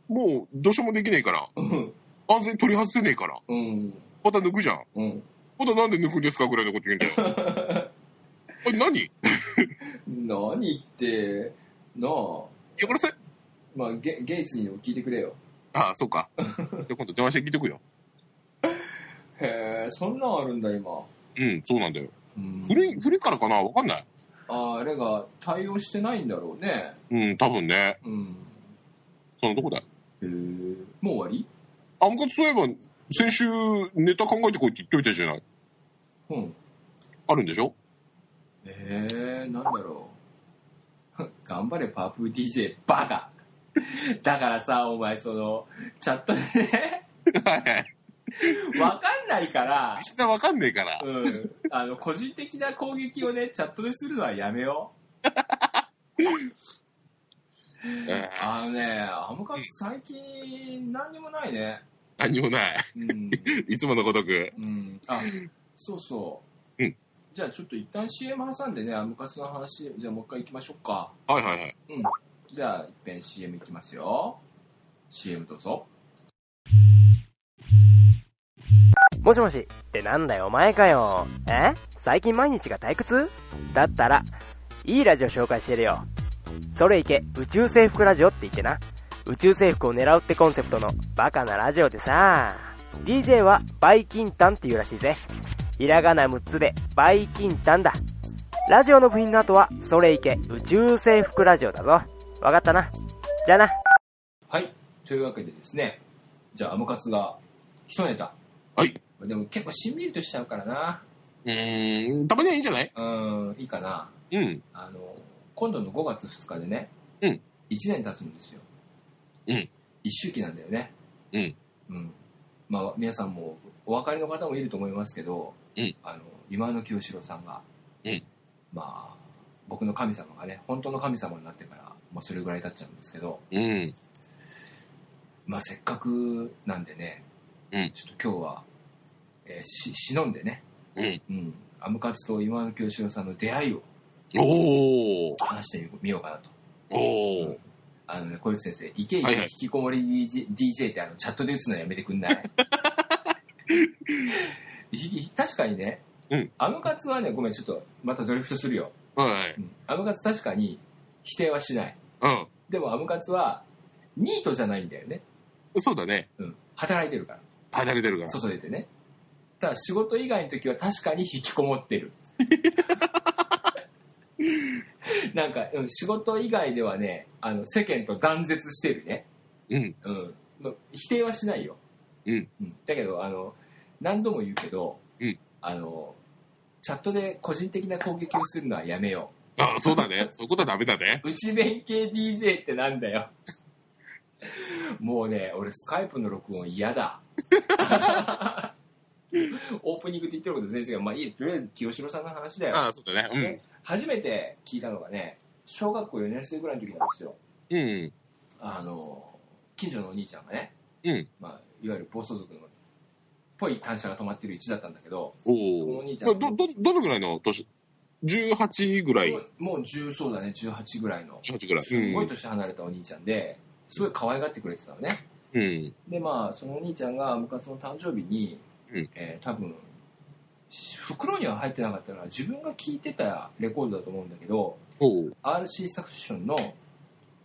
Speaker 2: う、どうしようもできねえから、
Speaker 1: うん。
Speaker 2: 安全に取り外せねえから、
Speaker 1: うん。
Speaker 2: また抜くじゃん。
Speaker 1: うん。
Speaker 2: またなんで抜くんですかぐらいのこと言うんだよ。あれ何や
Speaker 1: 何って、なあ。
Speaker 2: めなさい。
Speaker 1: まあ、ゲゲイツにでも聞いてくれよ。
Speaker 2: ああ、そうか。じゃあ今度電話して聞いてくよ。
Speaker 1: へえ、そんなんあるんだ、今。
Speaker 2: うん、そうなんだよ。
Speaker 1: うん
Speaker 2: 古い、古いからかなわかんない。
Speaker 1: ああれが対応してないんだろうね。
Speaker 2: うん、多分ね。
Speaker 1: うん。
Speaker 2: そのとこだよ。
Speaker 1: へえ。もう終わり
Speaker 2: あむかつそういえば、先週、ネタ考えてこいって言っといたじゃない。
Speaker 1: うん。
Speaker 2: あるんでしょ
Speaker 1: ええ、なんだろう。 [LAUGHS] 頑張れ、パープー DJ、バカ。 [LAUGHS] だからさ、お前、その、チャットでね、 [LAUGHS]
Speaker 2: はいはい。
Speaker 1: わかんないから、
Speaker 2: 明日わかんねえから。
Speaker 1: うん。あの、個人的な攻撃をね、チャットでするのはやめよう。
Speaker 2: うん
Speaker 1: あのね、ハムカツ最近、何にもないね。
Speaker 2: 何にもない。
Speaker 1: うん。
Speaker 2: いつものごとく。
Speaker 1: うん。あ、そうそう。
Speaker 2: うん。
Speaker 1: じゃあ、ちょっと一旦 CM 挟んでね、ハムカツの話、じゃあもう一回行きましょうか。
Speaker 2: はいはいはい。
Speaker 1: じゃあ、いっぺん CM いきますよ。CM どうぞ。
Speaker 7: もしもしってなんだよお前かよ。え最近毎日が退屈だったら、いいラジオ紹介してるよ。それいけ、宇宙制服ラジオって言ってな。宇宙制服を狙うってコンセプトのバカなラジオでさ、DJ はバイキンタンって言うらしいぜ。ひらがな6つでバイキンタンだ。ラジオの部品の後は、それいけ、宇宙制服ラジオだぞ。わかったな。じゃあな。
Speaker 1: はい。というわけでですね、じゃあ、アムカツが一ネタ。
Speaker 2: はい。
Speaker 1: でも結構しんみりとしちゃうからな。
Speaker 2: うーん、たまにはいいんじゃない
Speaker 1: うん、いいかな。
Speaker 2: うん。
Speaker 1: あの、今度の5月2日でね、
Speaker 2: うん
Speaker 1: 1年経つんですよ。
Speaker 2: うん
Speaker 1: 一周期なんだよね。
Speaker 2: うん。
Speaker 1: うん。まあ、皆さんも、お分かりの方もいると思いますけど、
Speaker 2: うん
Speaker 1: あの、今の清志郎さんが、
Speaker 2: うん
Speaker 1: まあ、僕の神様がね、本当の神様になってから、まあ、それぐらい経っちゃうんですけど、
Speaker 2: うん。
Speaker 1: まあ、せっかくなんでね、
Speaker 2: うん
Speaker 1: ちょっと今日は、えーし、忍んでね、
Speaker 2: うん。
Speaker 1: うん、アムカツと今の清志郎さんの出会いを
Speaker 2: おー。
Speaker 1: 話してみようかなと。
Speaker 2: おー。
Speaker 1: あのね、小吉先生、イケイケ
Speaker 2: はいはい
Speaker 1: 引きこもり DJ, DJ ってあのチャットで打つのやめてくんない
Speaker 2: [LAUGHS]
Speaker 1: ひ確かにね、
Speaker 2: うん
Speaker 1: アムカツはね、ごめん、ちょっとまたドリフトするよ。
Speaker 2: はい。
Speaker 1: うんアムカツ確かに否定はしない。
Speaker 2: う
Speaker 1: でもアムカツはニートじゃないんだよね。
Speaker 2: ん。そうだね。
Speaker 1: うん、働いてるから。
Speaker 2: 離れてるから。
Speaker 1: 外出てねただ仕事以外の時は確かに引きこもって
Speaker 2: [LAUGHS]
Speaker 1: るなんか、うん、仕事以外ではねあの世間と断絶してるね、
Speaker 2: うん。
Speaker 1: うん、まあ否定はしないよ、
Speaker 2: うん
Speaker 1: だけどあの何度も言うけど、
Speaker 2: うん
Speaker 1: あのチャットで個人的な攻撃をするのはやめよ
Speaker 2: あそうだね。そういうことはダメだね。
Speaker 1: う内弁慶 DJ ってなんだよ [LAUGHS] もうね俺スカイプの録音嫌だ [LAUGHS] オープニングって言ってること全然違う。まあいい。とりあえず、清志郎さんの話だよ。
Speaker 2: ああ、そうだね。
Speaker 1: ね初めて聞いたのがね、小学校4年生ぐらいの時なんですよ。
Speaker 2: うん。うん。
Speaker 1: あの、近所のお兄ちゃんがね、
Speaker 2: うん。
Speaker 1: まあ、いわゆる暴走族の、っぽい単車が止まってる位置だったんだけど、その
Speaker 2: お
Speaker 1: お
Speaker 2: お。
Speaker 1: 兄ちゃん
Speaker 2: まあど、ど、どのぐらいの年 ?18 ぐらい
Speaker 1: も。うもう10、そうだね、18ぐらいの、
Speaker 2: 18ぐらい。
Speaker 1: すご
Speaker 2: う
Speaker 1: い
Speaker 2: ん。
Speaker 1: 年離れたお兄ちゃんで、すごい可愛がってくれてたのね。
Speaker 2: うん。
Speaker 1: で、まあ、そのお兄ちゃんが、昔の誕生日に、
Speaker 2: うん
Speaker 1: えー多分、袋には入ってなかったから、自分が聴いてたレコードだと思うんだけど、
Speaker 2: ほう。
Speaker 1: RC サクションの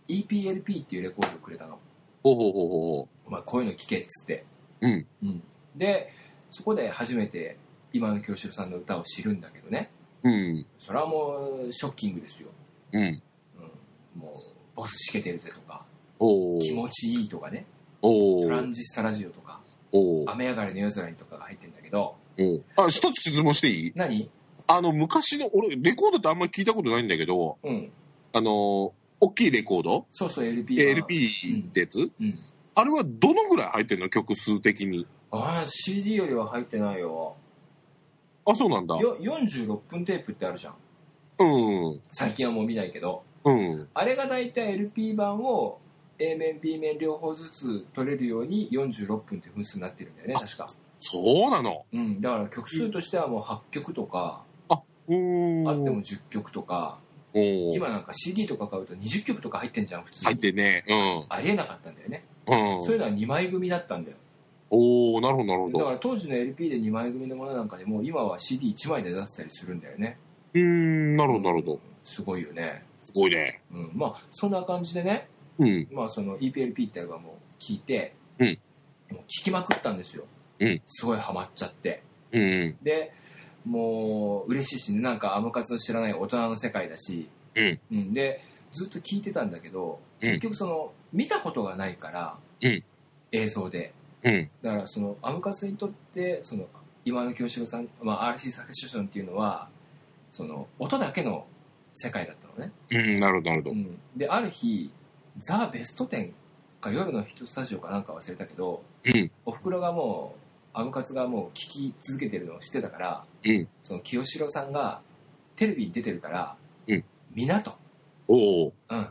Speaker 1: EPLP っていうレコードをくれたの。
Speaker 2: ほうほうほうほうほ
Speaker 1: お前こういうの聞けっつって。
Speaker 2: う。うん。
Speaker 1: うんで、そこで初めて今の京志郎さんの歌を知るんだけどね。
Speaker 2: うん。
Speaker 1: それはもうショッキングですよ。
Speaker 2: うん。
Speaker 1: うん、もう、ボスしけてるぜとか、
Speaker 2: おお。
Speaker 1: 気持ちいいとかね、
Speaker 2: お
Speaker 1: トラ
Speaker 2: お
Speaker 1: ン。ジスタラジオとか、
Speaker 2: おお。
Speaker 1: 雨上がりの夜空にとかが入ってんだけど、
Speaker 2: あ、一つ質問していい
Speaker 1: 何
Speaker 2: あの、昔の、俺、レコードってあんまり聞いたことないんだけど、
Speaker 1: うん。
Speaker 2: あの、大きいレコード
Speaker 1: そうそう、LP は。
Speaker 2: ?LP ってやつ、
Speaker 1: うん。
Speaker 2: あれはどのぐらい入ってんの曲数的に。
Speaker 1: ああ、CD よりは入ってないよ。
Speaker 2: あ、そうなんだ。
Speaker 1: よ46分テープってあるじゃん。
Speaker 2: うん。
Speaker 1: 最近はもう見ないけど。
Speaker 2: うん。
Speaker 1: あれが大体 LP 版を A 面 B 面両方ずつ取れるように46分って分数になってるんだよね確か
Speaker 2: そうなの。
Speaker 1: うんだから曲数としてはもう8曲とか
Speaker 2: うーん。
Speaker 1: あっても10曲とか
Speaker 2: おー
Speaker 1: 今なんか CD とか買うと20曲とか入ってんじゃん普通に
Speaker 2: 入ってね。
Speaker 1: ありえなかったんだよね
Speaker 2: うん。う
Speaker 1: そうい
Speaker 2: ん。
Speaker 1: うのは2枚組だったんだよ
Speaker 2: おおなるほど、なるほ
Speaker 1: だか
Speaker 2: ど。
Speaker 1: ら当時の LP で2枚組のものなんかでもう今は CD1 枚で出せたりするんだよね
Speaker 2: うーん、なるほど、なるほど。
Speaker 1: すごいよね
Speaker 2: すごいね。
Speaker 1: うんまあそんな感じでね
Speaker 2: うん。
Speaker 1: まあその EPLP ってアルバムを聴いて、
Speaker 2: うん
Speaker 1: もう聴きまくったんですよ、
Speaker 2: うん
Speaker 1: すごいハマっちゃって
Speaker 2: うん。
Speaker 1: でもう嬉しいしねなんかアムカツの知らない大人の世界だし、
Speaker 2: うん
Speaker 1: でずっと聴いてたんだけど
Speaker 2: うん
Speaker 1: 結局その、見たことがないから、
Speaker 2: うん
Speaker 1: 映像で
Speaker 2: うん。
Speaker 1: だからそのアムカツにとってその今の京志郎さん、まあ、RC サクションっていうのはその音だけの世界だったのね
Speaker 2: うん、なるほど、なるほど
Speaker 1: う。ん、である日ザ・ベスト10か夜のヒットスタジオかなんか忘れたけど、
Speaker 2: うん
Speaker 1: おふくろがもうアムカツがもう聞き続けてるのを知ってたから、
Speaker 2: うん
Speaker 1: その清志郎さんがテレビに出てるから、
Speaker 2: うん
Speaker 1: 見なと、
Speaker 2: おお
Speaker 1: うん、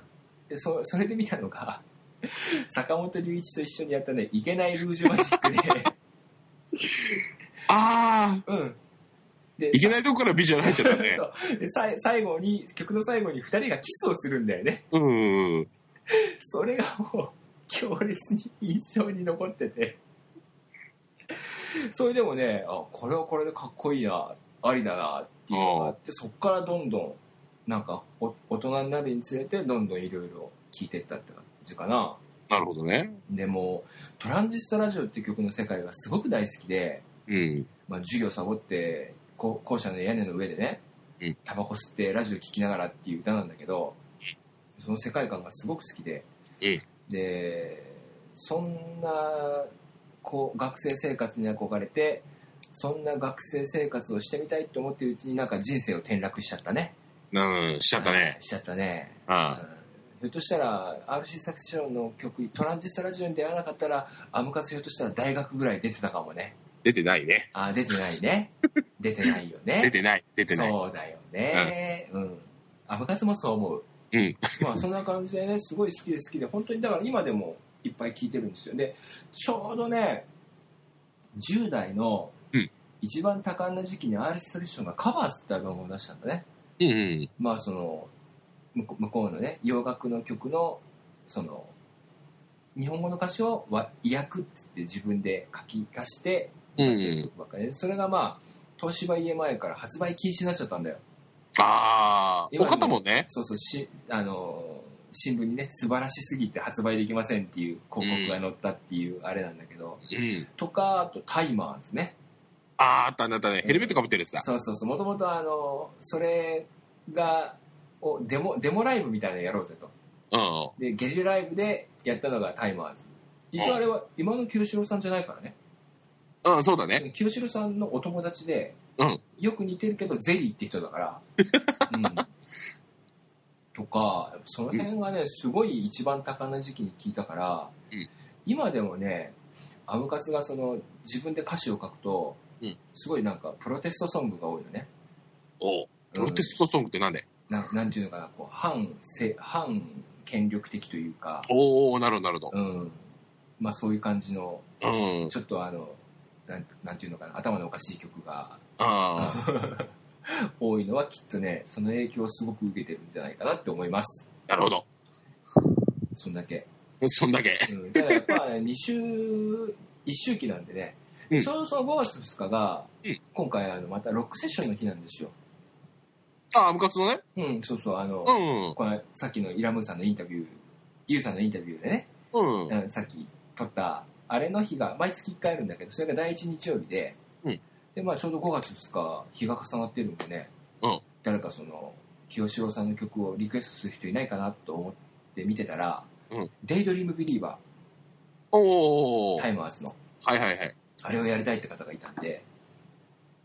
Speaker 1: でそそれで見たのが [LAUGHS] 坂本龍一と一緒にやったね「いけないルージュマジックで」
Speaker 2: [LAUGHS] あ
Speaker 1: うん、で。
Speaker 2: ー、いけないとこからビジュアル入っちゃったね [LAUGHS]
Speaker 1: そうでさい最後に曲の最後に2人がキスをするんだよね
Speaker 2: うん。
Speaker 1: それがもう強烈に印象に残ってて [LAUGHS] それでもねあこれはこれでかっこいいなありだなっていうのがあってそっからどんどんなんかお大人になるにつれてどんどんいろいろ聴いてったって感じかな
Speaker 2: なるほどね。
Speaker 1: でも「トランジスタラジオ」っていう曲の世界がすごく大好きで、
Speaker 2: うん。
Speaker 1: まあ、授業サボってこ校舎の屋根の上でね
Speaker 2: うん
Speaker 1: タバコ吸ってラジオ聴きながらっていう歌なんだけどその世界観がすごく好きで
Speaker 2: うん。
Speaker 1: でそんなこう学生生活に憧れてそんな学生生活をしてみたいと思ってるうちになんか人生を転落しちゃったね
Speaker 2: うん、しちゃったね。
Speaker 1: しちゃったね、うん
Speaker 2: あ
Speaker 1: ひょっとしたら RC サクションの曲「トランジスタラジオ」に出会わなかったらアムカツひょっとしたら大学ぐらい出てたかもね
Speaker 2: 出てないね。
Speaker 1: あー出てない
Speaker 2: [LAUGHS]
Speaker 1: ね出てないよね
Speaker 2: 出てない。出てない。
Speaker 1: そうだよねうん、アムカツもそう思う
Speaker 2: うん。
Speaker 1: まあそんな感じでね、すごい好きで好きで、本当にだから今でもいっぱい聴いてるんですよ。で、ちょうどね、10代の
Speaker 2: うん
Speaker 1: 一番多感な時期に RC サクションがカバーズってアルバムを出したんだね。
Speaker 2: うんうん。
Speaker 1: まあその、向こう向こうのね、洋楽の曲の、その、日本語の歌詞を和訳って言って自分で書き出して、
Speaker 2: うん
Speaker 1: 歌ってる曲ばっかりでそれがまあ、東芝 EMI から発売禁止になっちゃったんだよ。
Speaker 2: あー、お方もね。
Speaker 1: そうそうしあのー新聞にね素晴らしすぎて発売できませんっていう広告が載ったっていうあれなんだけど、
Speaker 2: うん。
Speaker 1: とかあとタイマーですね
Speaker 2: あー、あったねあったね。ヘルメットかぶってるやつだ。
Speaker 1: そうそうそうもともとあのーそれがをデモデモライブみたいなのやろうぜと
Speaker 2: うん。
Speaker 1: でゲリラライブでやったのがタイマーズ一応あれは今の清志郎さんじゃないからね
Speaker 2: うん、そうだね。
Speaker 1: 清志郎さんのお友達で、
Speaker 2: うん
Speaker 1: よく似てるけどゼリーって人だ
Speaker 2: [LAUGHS]
Speaker 1: から、うん、とかその辺がねすごい一番多感な時期に聞いたから、
Speaker 2: うん
Speaker 1: 今でもねアムカツがその自分で歌詞を書くと
Speaker 2: うん
Speaker 1: すごいなんかプロテストソングが多いよね。
Speaker 2: おうプロテストソングってなんで、
Speaker 1: ななんていうのかな、こう反せ反権力的というか、
Speaker 2: おおなるほどなるほど
Speaker 1: うん、まあそういう感じの、
Speaker 2: うん、
Speaker 1: ちょっとあの、なんなんていうのかな、頭のおかしい曲が
Speaker 2: ああ
Speaker 1: 多いのはきっとね、その影響をすごく受けてるんじゃないかなって思います。
Speaker 2: [LAUGHS] なるほど
Speaker 1: そんだけ。
Speaker 2: そんだけ
Speaker 1: うん、ただやっぱ2 [LAUGHS] 週、1周期なんでね、
Speaker 2: うん
Speaker 1: ちょうどその5月2日が、
Speaker 2: うん
Speaker 1: 今回あのまたロックセッションの日なんですよ。
Speaker 2: ああ部活のね
Speaker 1: うん、そうそう、あの、
Speaker 2: うん
Speaker 1: このさっきのイラムーさんのインタビュー、ユウさんのインタビューでね、
Speaker 2: うん
Speaker 1: うんさっき撮ったあれの日が毎月1回あるんだけどそれが第1日曜日で,、
Speaker 2: うん
Speaker 1: でまあ、ちょうど5月2日日が重なってるんでね、
Speaker 2: うん
Speaker 1: 誰かその清志郎さんの曲をリクエストする人いないかなと思って見てたら「
Speaker 2: うん
Speaker 1: デイドリームビリーバ
Speaker 2: おお
Speaker 1: ー」
Speaker 2: は
Speaker 1: タ
Speaker 2: い
Speaker 1: イマーズの
Speaker 2: はいはい
Speaker 1: あれをやりたいって方がいたんで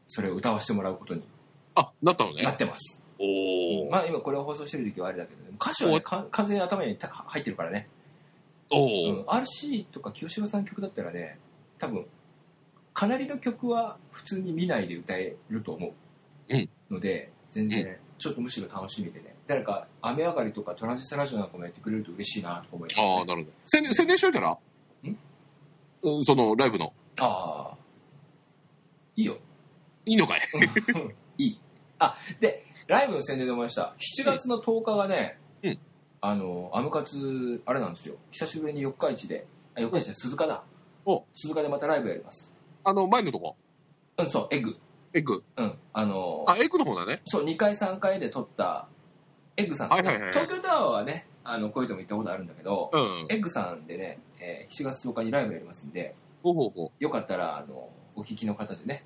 Speaker 1: それを歌わせてもらうことに
Speaker 2: あなったの
Speaker 1: なっ
Speaker 2: ね
Speaker 1: てます、
Speaker 2: おー
Speaker 1: まあ今これを放送してる時はあれだけど、ね、歌詞は、ね、か完全に頭にた入ってるからね
Speaker 2: お
Speaker 1: う
Speaker 2: お
Speaker 1: ん、RC とか清志郎さんの曲だったらね多分かなりの曲は普通に見ないで歌えると思う、
Speaker 2: うん
Speaker 1: ので全然ちょっとむしろ楽しみでね誰か雨上がりとかトランジスタラジオなんかもやってくれると嬉しいなとか思いますね
Speaker 2: ああなるほど宣伝宣伝しといたら
Speaker 1: ん
Speaker 2: うんそのライブの
Speaker 1: ああいいよ
Speaker 2: いいのかい
Speaker 1: いいあでライブの宣伝で思いました7月の10日がね、
Speaker 2: うん
Speaker 1: あのアムカツあれなんですよ久しぶりに四日市であ四日市で鈴鹿だ
Speaker 2: お
Speaker 1: 鈴鹿でまたライブやります
Speaker 2: あの前のとこ
Speaker 1: うんそうエッグ
Speaker 2: エッグ
Speaker 1: うんあの
Speaker 2: あエッグの方だね
Speaker 1: そう、2回3回で撮ったエッグさん、ね
Speaker 2: はいはいはい
Speaker 1: 東京タワーはね、あの、こういうとも行ったことあるんだけど、
Speaker 2: うん
Speaker 1: エッグさんでね、えー7月10日にライブやりますんで、
Speaker 2: ほうほうほ
Speaker 1: よかったら、あの、お聞きの方でね、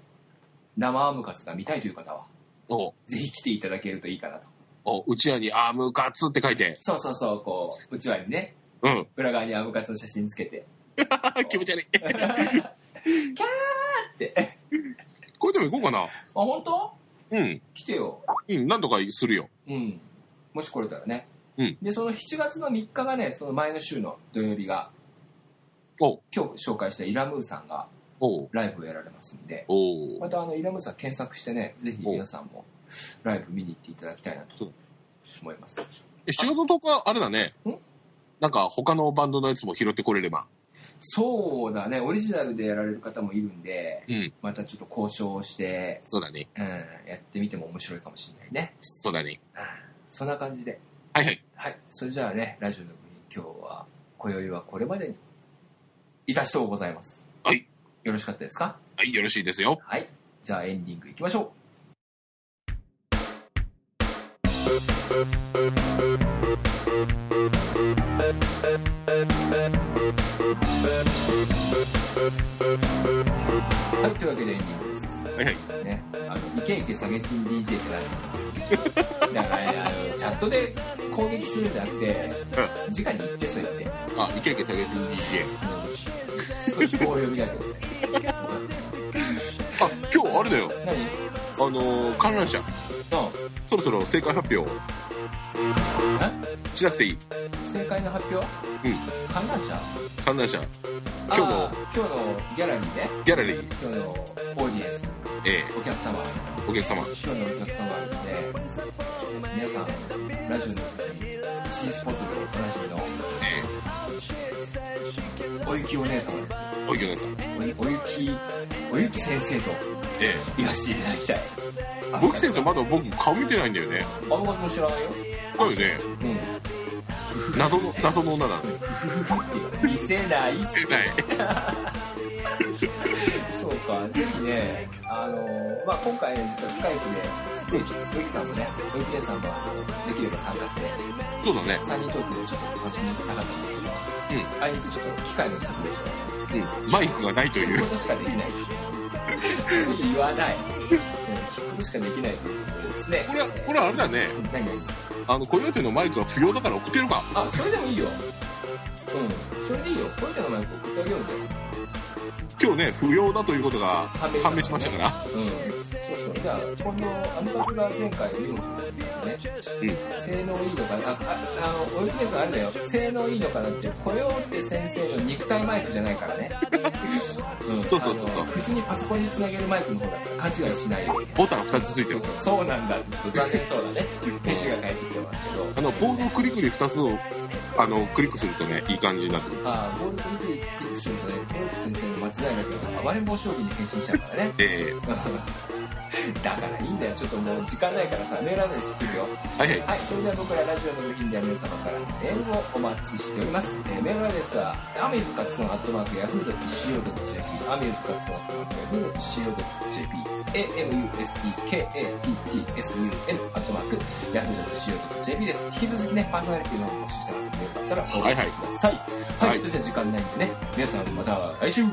Speaker 1: 生アームカツが見たいという方は、
Speaker 2: うおう
Speaker 1: ぜひ来ていただけるといいかなと。
Speaker 2: おううちわにアームカツって書いて
Speaker 1: そうそうそう、こう、うちわにね、
Speaker 2: うん
Speaker 1: 裏側にアームカツの写真つけて、
Speaker 2: 気持ち悪い
Speaker 1: って、
Speaker 2: これでも行こうかな
Speaker 1: あ、本当
Speaker 2: うん
Speaker 1: 来てよ。
Speaker 2: うん何とかするよ
Speaker 1: うん。もし来れたらね。
Speaker 2: うん
Speaker 1: で、その7月の3日がね、その前の週の土曜日が、
Speaker 2: おう
Speaker 1: 今日紹介したイラムーさんが、
Speaker 2: おう
Speaker 1: ライブをやられますんで、
Speaker 2: おう
Speaker 1: またあの、イラムーさん検索してね、ぜひ皆さんもライブ見に行っていただきたいなと
Speaker 2: そう
Speaker 1: 思います。
Speaker 2: え7月の10日あれだね
Speaker 1: ん
Speaker 2: なんか他のバンドのやつも拾ってこれれば
Speaker 1: そうだね、オリジナルでやられる方もいるんで、
Speaker 2: うん
Speaker 1: またちょっと交渉をして、
Speaker 2: そうだね
Speaker 1: うん、やってみても面白いかもしれないね。
Speaker 2: そうだね
Speaker 1: うんそんな感じで。
Speaker 2: はいはい
Speaker 1: はい、それじゃあね、ラジオの部に今日は、今宵はこれまでに、いたしとうございます。
Speaker 2: はい。
Speaker 1: よろしかったですか
Speaker 2: はいよろしいですよ
Speaker 1: はい。じゃあエンディングいきましょう。はい、というわけでエンディングです。
Speaker 2: はいはい
Speaker 1: ね、あのイケイケ下げチン DJ
Speaker 2: [LAUGHS]
Speaker 1: ってなるだからねあのチャットで攻撃するんじゃなくて、直に言ってそう言って
Speaker 2: あイケイケ下げすぎ DJ
Speaker 1: 少し棒読み
Speaker 2: [LAUGHS]
Speaker 1: だけどね
Speaker 2: あ今日あれだよ
Speaker 1: 何
Speaker 2: あのー観覧車
Speaker 1: の
Speaker 2: そろそろ正解発表しなくていい
Speaker 1: 正解の発表
Speaker 2: うん
Speaker 1: 観覧車
Speaker 2: 観覧車
Speaker 1: あ
Speaker 2: 今日の
Speaker 1: ー今日のギャラリーね
Speaker 2: ギャラリー、
Speaker 1: 今日のオーディエンス
Speaker 2: え
Speaker 1: お客様
Speaker 2: ーお客様
Speaker 1: 今日のお客様はですね皆さんラジオの時に C スポットでおなじみの
Speaker 2: え
Speaker 1: おゆきお姉様です
Speaker 2: ーお客様
Speaker 1: おゆおゆきおゆき先生と
Speaker 2: ええ
Speaker 1: 言わせていただきたい
Speaker 2: ボキ先生まだ僕顔見てないんだよね
Speaker 1: あのことも知らないよ
Speaker 2: だよね
Speaker 1: [LAUGHS]
Speaker 2: 謎の謎の女だね
Speaker 1: うん見せない
Speaker 2: 世代
Speaker 1: そうかぜひねあのーまあ今回ね実はスカイプでウキさんもねウキ姉さんもできれば参加して
Speaker 2: そうだね
Speaker 1: 3人トークでちょっと楽しみたかったんですけど、あいにくちょっと機械の作業上
Speaker 2: うんマイクがないとい
Speaker 1: 聞く
Speaker 2: う
Speaker 1: ことしかできない言わないうん聞くことしかできないということですね
Speaker 2: これはこれはあれだね
Speaker 1: うん何何
Speaker 2: あのコヨーテのマイクは不要だから送ってるか
Speaker 1: あそれでもいいようんそれでいいよこういった名前送ってあげようぜ
Speaker 2: 今日ね不要だということが
Speaker 1: 判明
Speaker 2: 判明しましたから
Speaker 1: うんそうそうじゃあ今度アムカツが前回荷物をですね、性能いいのかなあああのオイルケースあれだよ性能いいのかなってコヨーテ先生の肉体マイクじゃないから [LAUGHS] ね、うん
Speaker 2: そうそうそうそう
Speaker 1: あの普通にパソコンにつなげるマイクの方だから勘違いしないように
Speaker 2: ボタン2つついてる
Speaker 1: そうなんだちょっと残念そうだね返事が返ってきてますけど
Speaker 2: あのボールをクリクリ2つをあのクリックするとねいい感じになってる
Speaker 1: ああゴールドウィーククリックションとねコヨーテ先生の間違いなく暴れん坊将棋に変身しちゃうからね
Speaker 2: え
Speaker 1: だからいいんだよちょっともう時間ないからさメールアドレス聞くよ
Speaker 2: ー、はいはい
Speaker 1: はい、それでは僕らラジオの部品では皆様からメールをお待ちしております。えーメールアドレスは、アミューズカツのアットマークヤフー .co.jp、アミューズカツのアットマークヤフー .co.jp、amuskatsun アットマークヤフー .co.jp です。引き続きね、パーソナリティの方も募集してますので、よかったらお送りください。はい、
Speaker 2: はい
Speaker 1: それじゃあ時間ないんでね、皆さんまた来週